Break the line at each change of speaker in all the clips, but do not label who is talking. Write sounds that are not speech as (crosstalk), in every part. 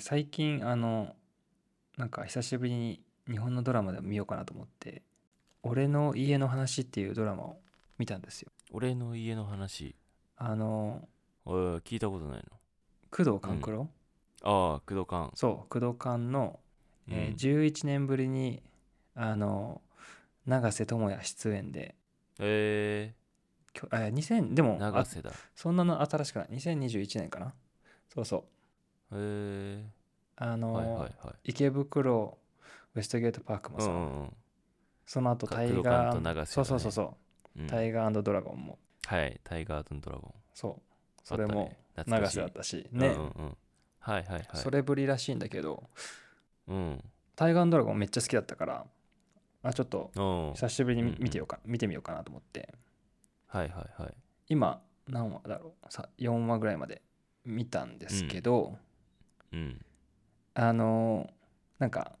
最近あのなんか久しぶりに日本のドラマでも見ようかなと思って「俺の家の話」っていうドラマを見たんですよ。
俺の家の話
あの
おい聞いたことない
工藤官九郎、
のああ工藤官
そう工藤官の、えー
うん
11年ぶりにあの永瀬智也出演で
え
きょあ2000で
ー、
も
長
あ
瀬だ
そんなの新しくない2021年かなそうそう
え
あ
ー、
の、
はいはいはい
池袋ウエストゲートパークも
う
さ、
んうんうん
その後
か
タイ
工藤官
ガ
と
ー、
永瀬
そう
だ
そ
ね
うそうそう、
うん
タイガードラゴンも
はいタイガードンドラゴン
そうそれも
あったね懐
長
かしい
瀬だったしね、
うんうんうんはいはいはい
それぶりらしいんだけど
うん
タイガードラゴンめっちゃ好きだったからあちょっと
おー
久しぶり
うん
に
うん
見てようか、見てみようかなと思って
はいはいはい
今何話だろうさ4話ぐらいまで見たんですけど、
うん
あのなんか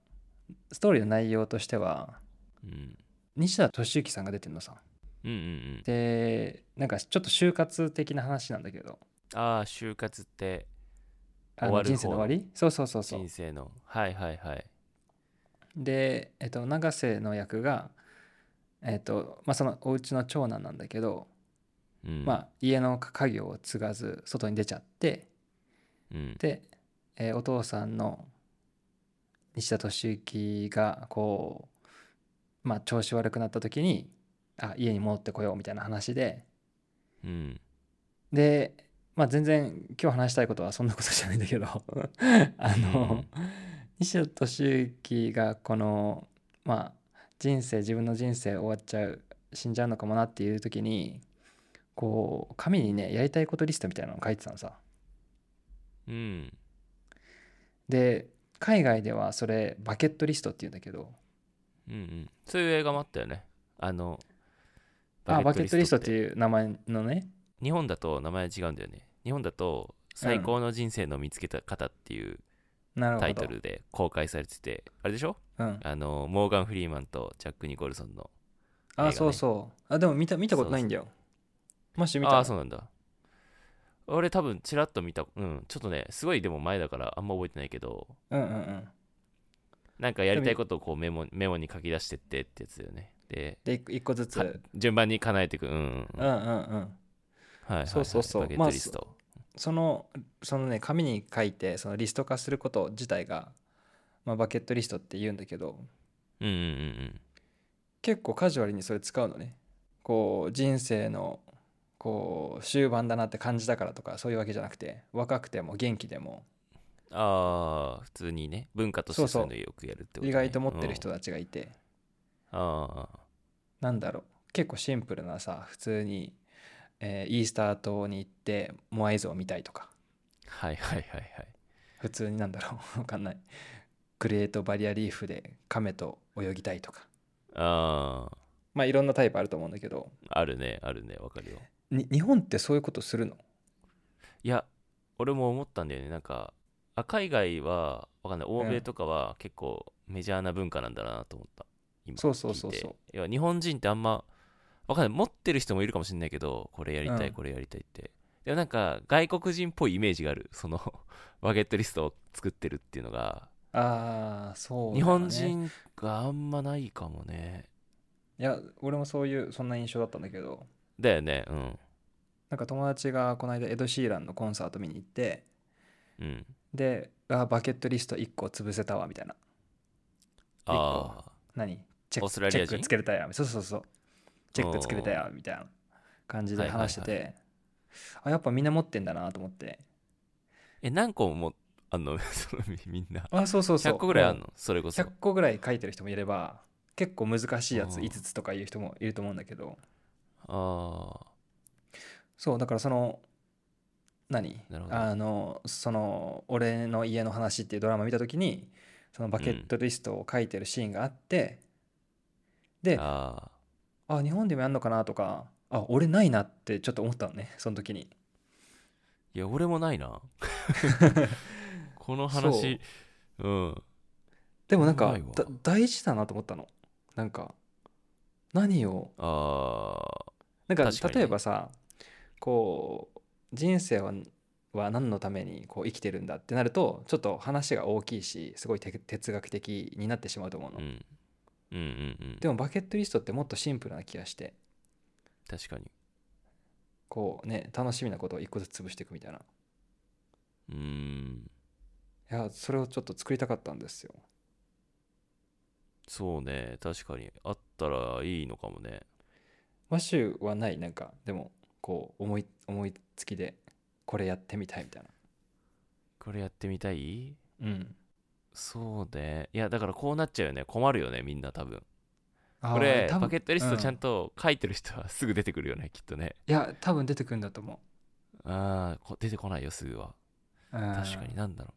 ストーリーの内容としては
うん
西田敏行さんが出てるのさ
うんうんうん
でなんかちょっと就活的な話なんだけど
ああ就活って
あ
終
の
わる方
人生の終わりそうそうそうそう
人生のはいはいはい
で、えっと、永瀬の役が、えっとまあ、そのお家の長男なんだけど、
うん
まあ、家の家業を継がず外に出ちゃって
うん
で、えーお父さんの西田敏行がこう、まあ、調子悪くなった時にあ家に戻ってこようみたいな話で
うん
で、まあ、全然今日話したいことはそんなことじゃないんだけど (laughs) あの、西田敏行がこのまあ人生自分の人生終わっちゃう死んじゃうのかもなっていう時にこう紙にねやりたいことリストみたいなのを書いてたのさ。
うん
で海外ではそれバケットリストっていうんだけど
うんうん、そういう映画もあったよね。あの、
あバケットリストっ
って
ていう名前のね
日本だと名前違うんだよね。日本だと、最高の人生の見つけた方っていう
なるほど
タイトルで公開されてて、あれでしょ
うん、
あの、モーガン・フリーマンとジャック・ニコルソンの。
あ、そうそうあでも見た見たことないんだよもし見た
あ
ら
あ、そうなんだ。俺多分、ちらっと見た、うん、ちょっとね、すごいでも前だからあんま覚えてないけど、
うんうんうん
なんかやりたいことをこうメモメモに書き出してってってやつだよね。で、
で一個一個ずつ
か順番に叶えていく。うん、うん
う
うん。
ん
は
う
い
んうん
はいはい。
そうそうそう
バケッ
まあ
トリスト。
そのそのね紙に書いてそのリスト化すること自体が、まあ、バケットリストって言うんだけど
うんうんうんうん。
結構カジュアルにそれ使うのねこう人生のこう終盤だなって感じたからとかそういうわけじゃなくて若くても元気でも
ああ普通にね文化として
そうそ
そうういうのよくやるってこと、ね、
意外と持ってる人たちがいて、
うんああ
なんだろう結構シンプルなさ普通に、えーイースター島に行ってモアイ像を見たいとか
はいはいはいはい
普通になんだろう (laughs) わかんないグレートバリアリーフで亀と泳ぎたいとか
ああ
まあいろんなタイプあると思うんだけど
あるねあるねわかるよ
に日本ってそういうことするの
いや俺も思ったんだよねなんかあ海外はわかんない欧米とかは結構メジャーな文化なんだなと思った、今
そうそうそう
聞いて
そう
いや日本人ってあんまわかんない持ってる人もいるかもしれないけどこれやりたい、
うん
これやりたいってでもなんか外国人っぽいイメージがあるその (laughs) バゲットリストを作ってるっていうのが
ああそうだね、
日本人があんまないかもね
いや俺もそういうそんな印象だったんだけど
だよねうん
なんか友達がこの間エド・シーランのコンサート見に行って
うん
であーバケットリスト1個潰せたわみたいな
ああ
何チェック
オーストラリア人
チェックつけれたやそうそうそうチェックつけれたやみたいな感じで話してて、
は
あやっぱみんな持ってんだなと思って
え何個もあんの (laughs) そのみみんな
あそうそうそう
100個ぐらいあん
も
のそれこ
う
そ
100個ぐらい書いてる人もいれば結構難しいやつ
うん
5つとかいう人もいると思うんだけど
ああ
そうだからその何
なるほど
あのその「俺の家の話」っていうドラマ見た時にそのバケットリストを書いてるシーンがあって、で
あ
あ日本でもやんのかなとかあ俺ないなってちょっと思ったのねその時に
ーいや俺もないな (laughs) この話うん
でもなんか
ないわ
だ大事だなと思ったのなんか何を
ああ
なんか
確かにね
例えばさこう人生はは何のためにこう生きてるんだってなるとちょっと話が大きいしすごいて哲学的になってしまうと思うの、
うんうんうんうん
でもバケットリストってもっとシンプルな気がして
確かに
こうね楽しみなことを一個ずつ潰していくみたいな
うーん
いやそれをちょっと作りたかったんですよ
そうね確かにあったらいいのかもね
マシューはないなんかでもこう思い思いつきでこれやってみたいみたい
これやってみたい
なうん
そうねいやだからこうなっちゃうよね困るよねみんな多分これバケットリストちゃん
と、
と書いてる人はすぐ出てくるよね、きっとね
うんいや多分出てくるんだと思
ああ出てこないよすぐは
う、うん
確かになんだろ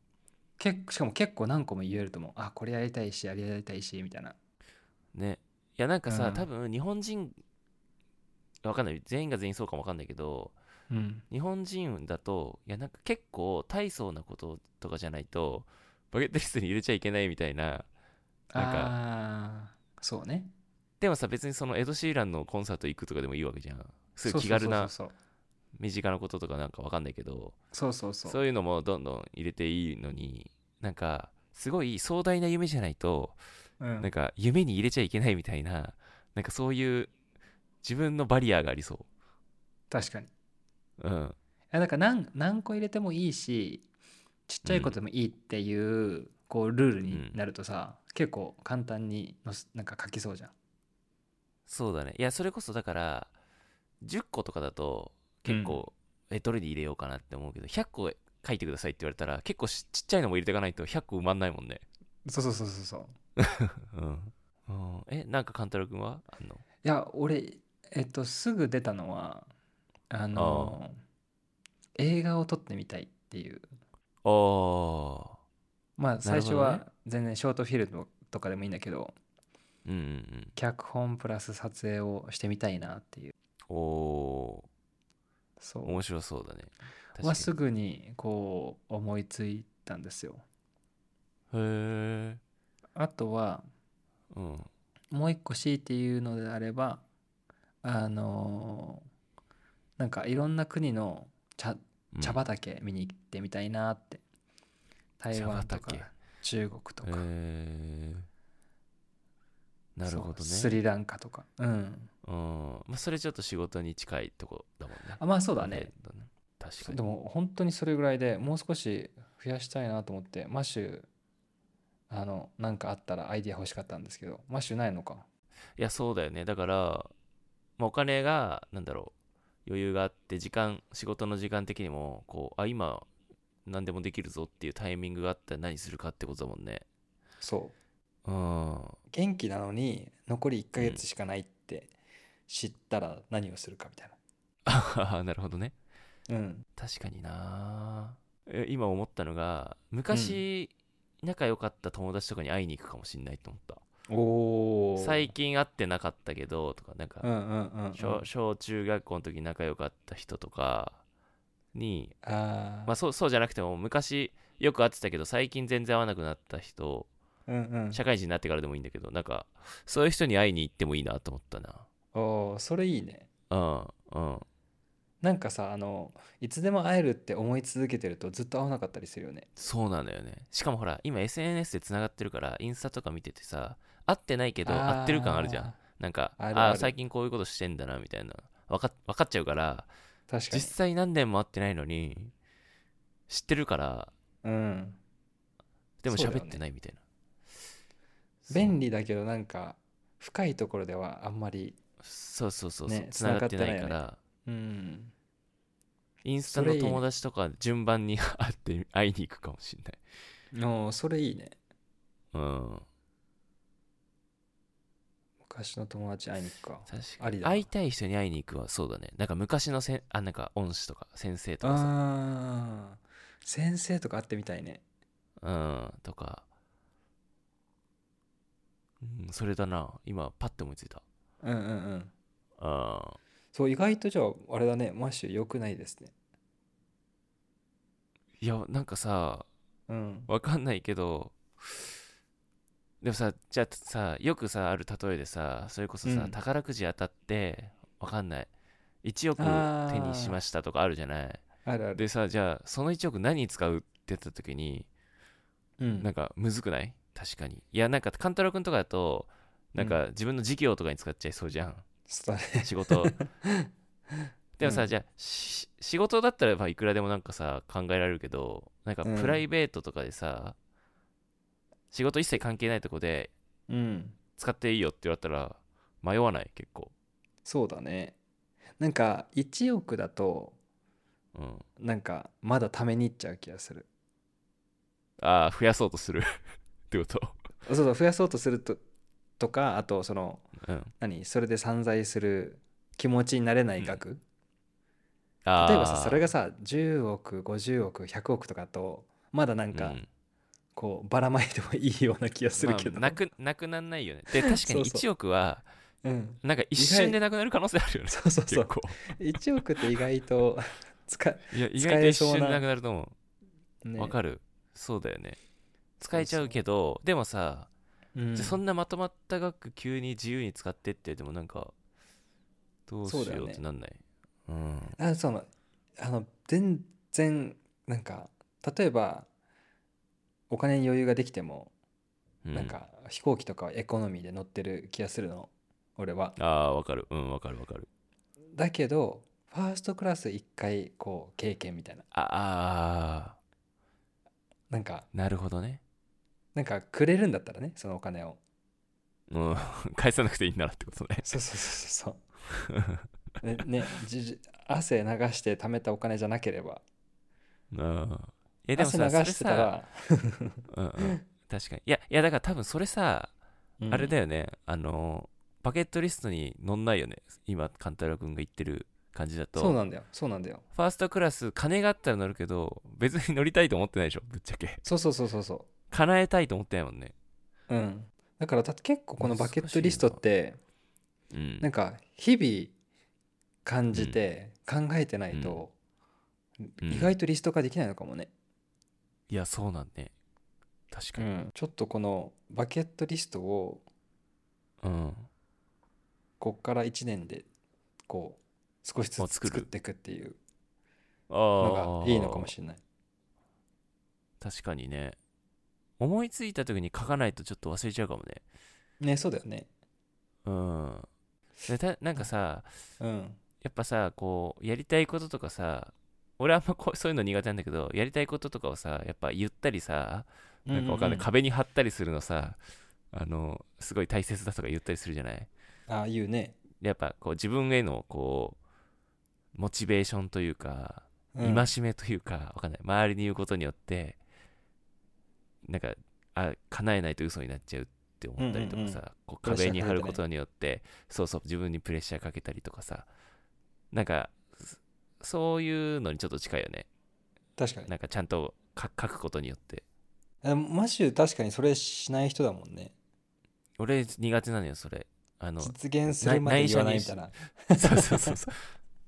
結構しかも結構何個も言えると思うあこれやりたいしあれやりたいしみたいな
うねいやなんかさ、
うん
多分日本人わかんない全員が全員そうかもわかんないけど
うん
日本人だといやなんか結構大層なこととかじゃないとバケットリストに入れちゃいけないみたいななんか
あーそうね
でもさ別にそのエド・シーランのコンサート行くとかでもいいわけじゃんすごい気軽な
そう
身近なこととかなんかわかんないけど
そうそうそうそうそうそう
そういうのもどんどん入れていいのになんかすごい壮大な夢じゃないと
うん
なんか夢に入れちゃいけないみたいななんかそういう自分のバリアがありそ
確かに
ううん
えだから何何個入れてもいいしちっちゃいことでもいいっていう,、こうルールになるとさ、結構簡単にのすなんか書きそうじゃん
そうだねいやそれこそだから10個とかだと結構、えどれに入れようかなって思うけど100個書いてくださいって言われたら結構しちっちゃいのも入れていかないと100個埋まんないもんね
そうそうそうそうそう
うん、うん、えなんか勘太郎くんはあんの
いや俺えっとすぐ出たのはあの映画を撮ってみたいっていう
ああ
まあ最初
なる
は全然ショートフィルムとかでもいいんだけど
うんうんうん
脚本プラス撮影をしてみたいなっていう
おお
そ
ー
う
面白そうだね確か
は
に
すぐにこう思いついたんですよ
へえ
あとは
うん
もう一個 C っていうのであればあのーなんかいろんな国の茶
うん
茶畑見に行ってみたいなって、台湾とか
茶畑
中国とか、
へーなるほ
そ
ど
う
ね
スリランカとかうん
うんまあ、それちょっと仕事に近いとこだもんね
あまあそうだね
程度確か
そう
に
でも本当にそれぐらいでもう少し増やしたいなと思ってマッシュあのなんかあったらアイディア欲しかったんですけどマッシュないのか
いやそうだよねだから、まあ、お金がなんだろう余裕があって時間仕事の時間的にもこうあ今何でもできるぞっていうタイミングがあったら何するかってことだもんね
そう
うん (laughs)
元気なのに残り1ヶ月しかないって知ったら何をするかみたい
あなるほどね
なうん
確かになえ今思ったのが昔、仲良かった友達とかに会いに行くかもしんないと思った
おお
最近会ってなかったけどとかなんか、
うんうんうん、うん、
小小中学校の時仲良かった人とかに
あ
まあ
あ
そうそうじゃなくても昔よく会ってたけど最近全然会わなくなった人
うんうん
社会人になってからでもいいんだけどなんかそういう人に会いに行ってもいいなと思った
おーそれいいね
なうんうん
なんかさあのいつでも会えるって思い続けてるとずっと会わなかったりするよね
そうなんだよねしかもほら今 SNS でつながってるからインスタとか見ててさ会ってないけど会ってる感あるじゃん
あ
なんか
あ
あ
るある
ー最近こういうことしてんだなみたいな分か分かっちゃうから
ー確か
実
に
際何年も会ってないのに知ってるから
うん
でも
そうだ
喋
よ
っ
ね
てないみたいな、
便利だけどなんか深いところではあんまり
そうそうそうそう
ね
つながってないか
繋が
ら、
うん
インス
そ
タの
れいいね
友達とか順番に (laughs) 会って会いに行くかもしれない
おーそれいいね
うん
昔の友達会いに行くか
確
あ
か
り
に
だな
会いたい人に会いに行くはそうだねなんか昔のせんあなんか恩師とか先生とかさ
あー先生とか会ってみたいね
うんとかうんそれだな今パッて思いついた
うんうんうん
あ
そう意外とじゃああれだねマッシュ良くないですね
いやなんかさ
うん
わかんないけどでもさじゃあさよくさある例えでさそれこそさ、
うん
宝くじ当たってわかんない1億
あー
手にしましたとかあるじゃない
あるある。
でさじゃあその1億何に使うって言った時に
うん
なんかむずくない確かにいやなんか勘太郎くんとかだとなんか自分の事業とかに使っちゃいそうじゃん
それ
(laughs) 仕事でもさ、
うん
じゃあし仕事だったらばいくらでもなんかさ考えられるけどなんか
うん
プライベートとかでさ、仕事一切関係ないとこで
うん。
使っていいよって言われたら迷わない結構
そうだね。なんか1億だと
うん
なんかまだためにいっちゃう気がする。
ああ増やそうとする (laughs) ってこと
そうそう増やそうとするととかあとその
うん
何それで散財する気持ちになれない額、
あー
例えばさそれがさ10億50億100億とかだとまだなんか
うん
こうばらまいてもいいような気がするけど、
まあなくなくなんないよねで確かに
そうそう
1億は
うん、
なんか一瞬でなくなる可能性あるよね
そうそうそ
結
う
構
1億って意外と使う
いや意
使
外と
え
一
そうな
瞬でなくなると思う
ね
わかるそうだよね使えちゃうけどでもさ、
うん
じゃあそんなまとまった額急に自由に使ってってでもなんかどうし
そうだ
よ
よ
うっ
ね
てなんないうん
あそのあの全然なんか例えばお金に余裕ができても、
う
なんか飛行機とかエコノミーで乗ってる気がするの俺は
ああわかるうんわかるわかる
だけどファーストクラス1回こう経験みたいな
ああ
なんか
ーなるほどね
なんかくれるんだったらねそのお金を
うん (laughs) 返さなくていいならってこと
(laughs)
ね
そうそうそうそうそう (laughs) ねねじじ汗流して貯めたお金じゃなければ
うんえでも
汗
さ
流
それ
して
さ
たら、
うんうん、確かにいやいやだから多分それさ、あれだよねあのバケットリストに載んないよね今勘太郎くんが言ってる感じだと
そうなんだよそうなんだよ
ファーストクラス金があったら乗るけど別に乗りたいと思ってないでしょぶっちゃけ
そうそうそうそうそ
叶えたいと思ってないもんね
ううんだからだって結構このバケッ
難しい
ト
な
リストって
うん
なんか日々感じて考えてないと
うん
意外とリスト化できないのかもね
いやそうなんね確か
う
に
んちょっとこのバケットリストを
うん、
こっから1年でこう少しず
あ
つ
作る
作っていくっていう
あ
の
あ
がいいのかもしれない
確かにね思いついた時に書かないとちょっと忘れちゃうかもね
ねそうだよね
うんでたなんかさ
うん
やっぱさこうやりたいこととかさ俺あんまこうそういうの苦手なんだけどやりたいこととかをさやっぱ言ったりさなんかわかんない、
うう
壁に貼ったりするのさあのすごい大切だとか言ったりするじゃない
ああいうね
やっぱこう自分へのこうモチベーションというか戒
ま
めというか、わかんない周りに言うことによってなんかあ叶えないと嘘になっちゃうって思ったりとかさ、
うんうん
こう
プレッシャ
壁
ー
に貼ることによってそうそう自分にプレッシャーかけたりとかさなんかそそういうのにちょっと近いよね
確かに
なんかちゃんとか書くことによって
あマシュー確かにそれしない人だもんね
俺苦手なのよそれあの
実現するまで言わないみたいな
そうそうそうそう。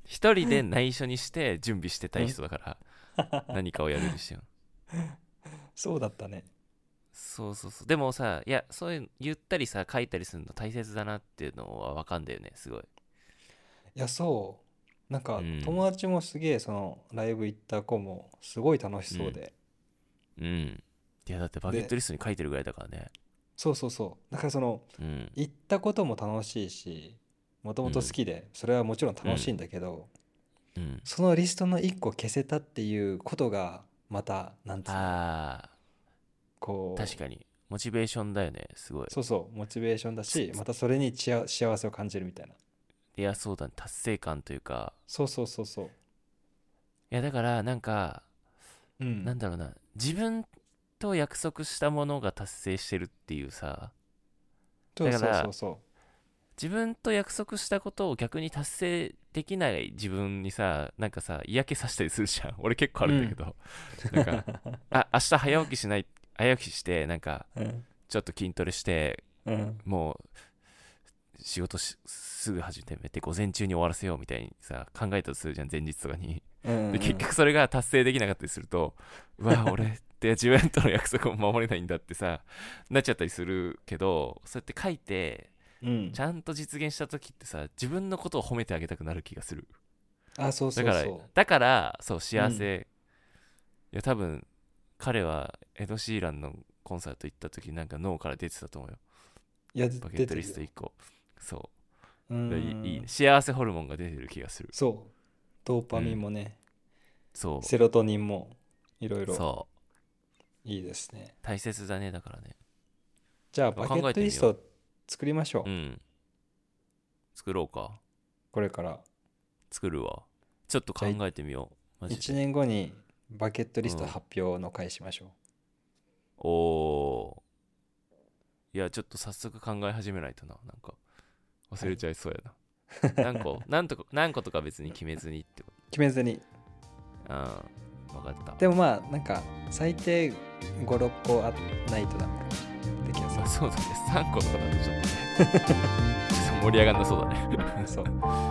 一人で内緒にして準備してたい人だから、何かをやるにしても。
そうだったね
そうそうそう。でもさ、いや、そういう、言ったりさ、書いたりするの大切だなっていうのは分かんだよね、すごい。
いやそうなんか
うん
友達もすげえそのライブ行った子もすごい楽しそうで
うん。いや、だってバケットリストに書いてるぐらいだからね。
そうそうそうだからその
うん。
行ったことも楽しいしもともと好きでそれはもちろん楽しいんだけど、
うん。
そのリストの1個消せたっていうことがまたなんつうの
あ
こ
あ、
う
確かに。モチベーションだよね、すごい。
そうそうモチベーションだしまたそれにちや幸せを感じるみたいない
や、そうだね、達成感というか。
そうそうそうそう
いや、だから、なんか、
うん
なんだろうな、自分と約束したものが達成してるっていうさ、
そうそう
だから
そうそ
自分と約束したことを逆に達成できない自分にさなんかさ嫌気させたりするじゃん (laughs) 俺結構あるんだけど、なんかあ明日早起きしない早起きしてなんか
ううん
ちょっと筋トレして
うん
もう仕事しすぐ始めて午前中に終わらせようみたいにさ考えたとするじゃん前日とかに
うん
で結局それが達成できなかったりするとうわ
(laughs)
俺って自分との約束を守れないんだってさなっちゃったりするけどそうやって書いて
うん
ちゃんと実現した時ってさ自分のことを褒めてあげたくなる気がする
あそうそ
だ
う
から
そう
だからそう幸せ、いや多分彼はエド・シーランのコンサート行った時なんか脳から出てたと思うよ
いや出
バケット
てる
リ
よ
スト1個そうう、い
ん
いいいね幸せホルモンが出てる気がする
そうドーパミンもね、
そう
セロトニンもいろいろ
そう
いいですね
大切だねだからね
じゃあ
考え
バケ
てみよう
ットリスト作りましょう、
うん作ろうか
これから
作るわちょっと考えてみようマジ
1
で
年後にバケットリスト
うん
発表の会しましょう、
おおーいやちょっと早速考え始めないとななんか忘れちゃいそうやな、何個何とか何個とか別に決めずにってこ
決めずに
とああ分かった
でもまあなんか最低56個あないとダメかもしれないって気がす
まあそうだね3個とかだとちょっとねちょっと盛り上がんなそうだね
るそう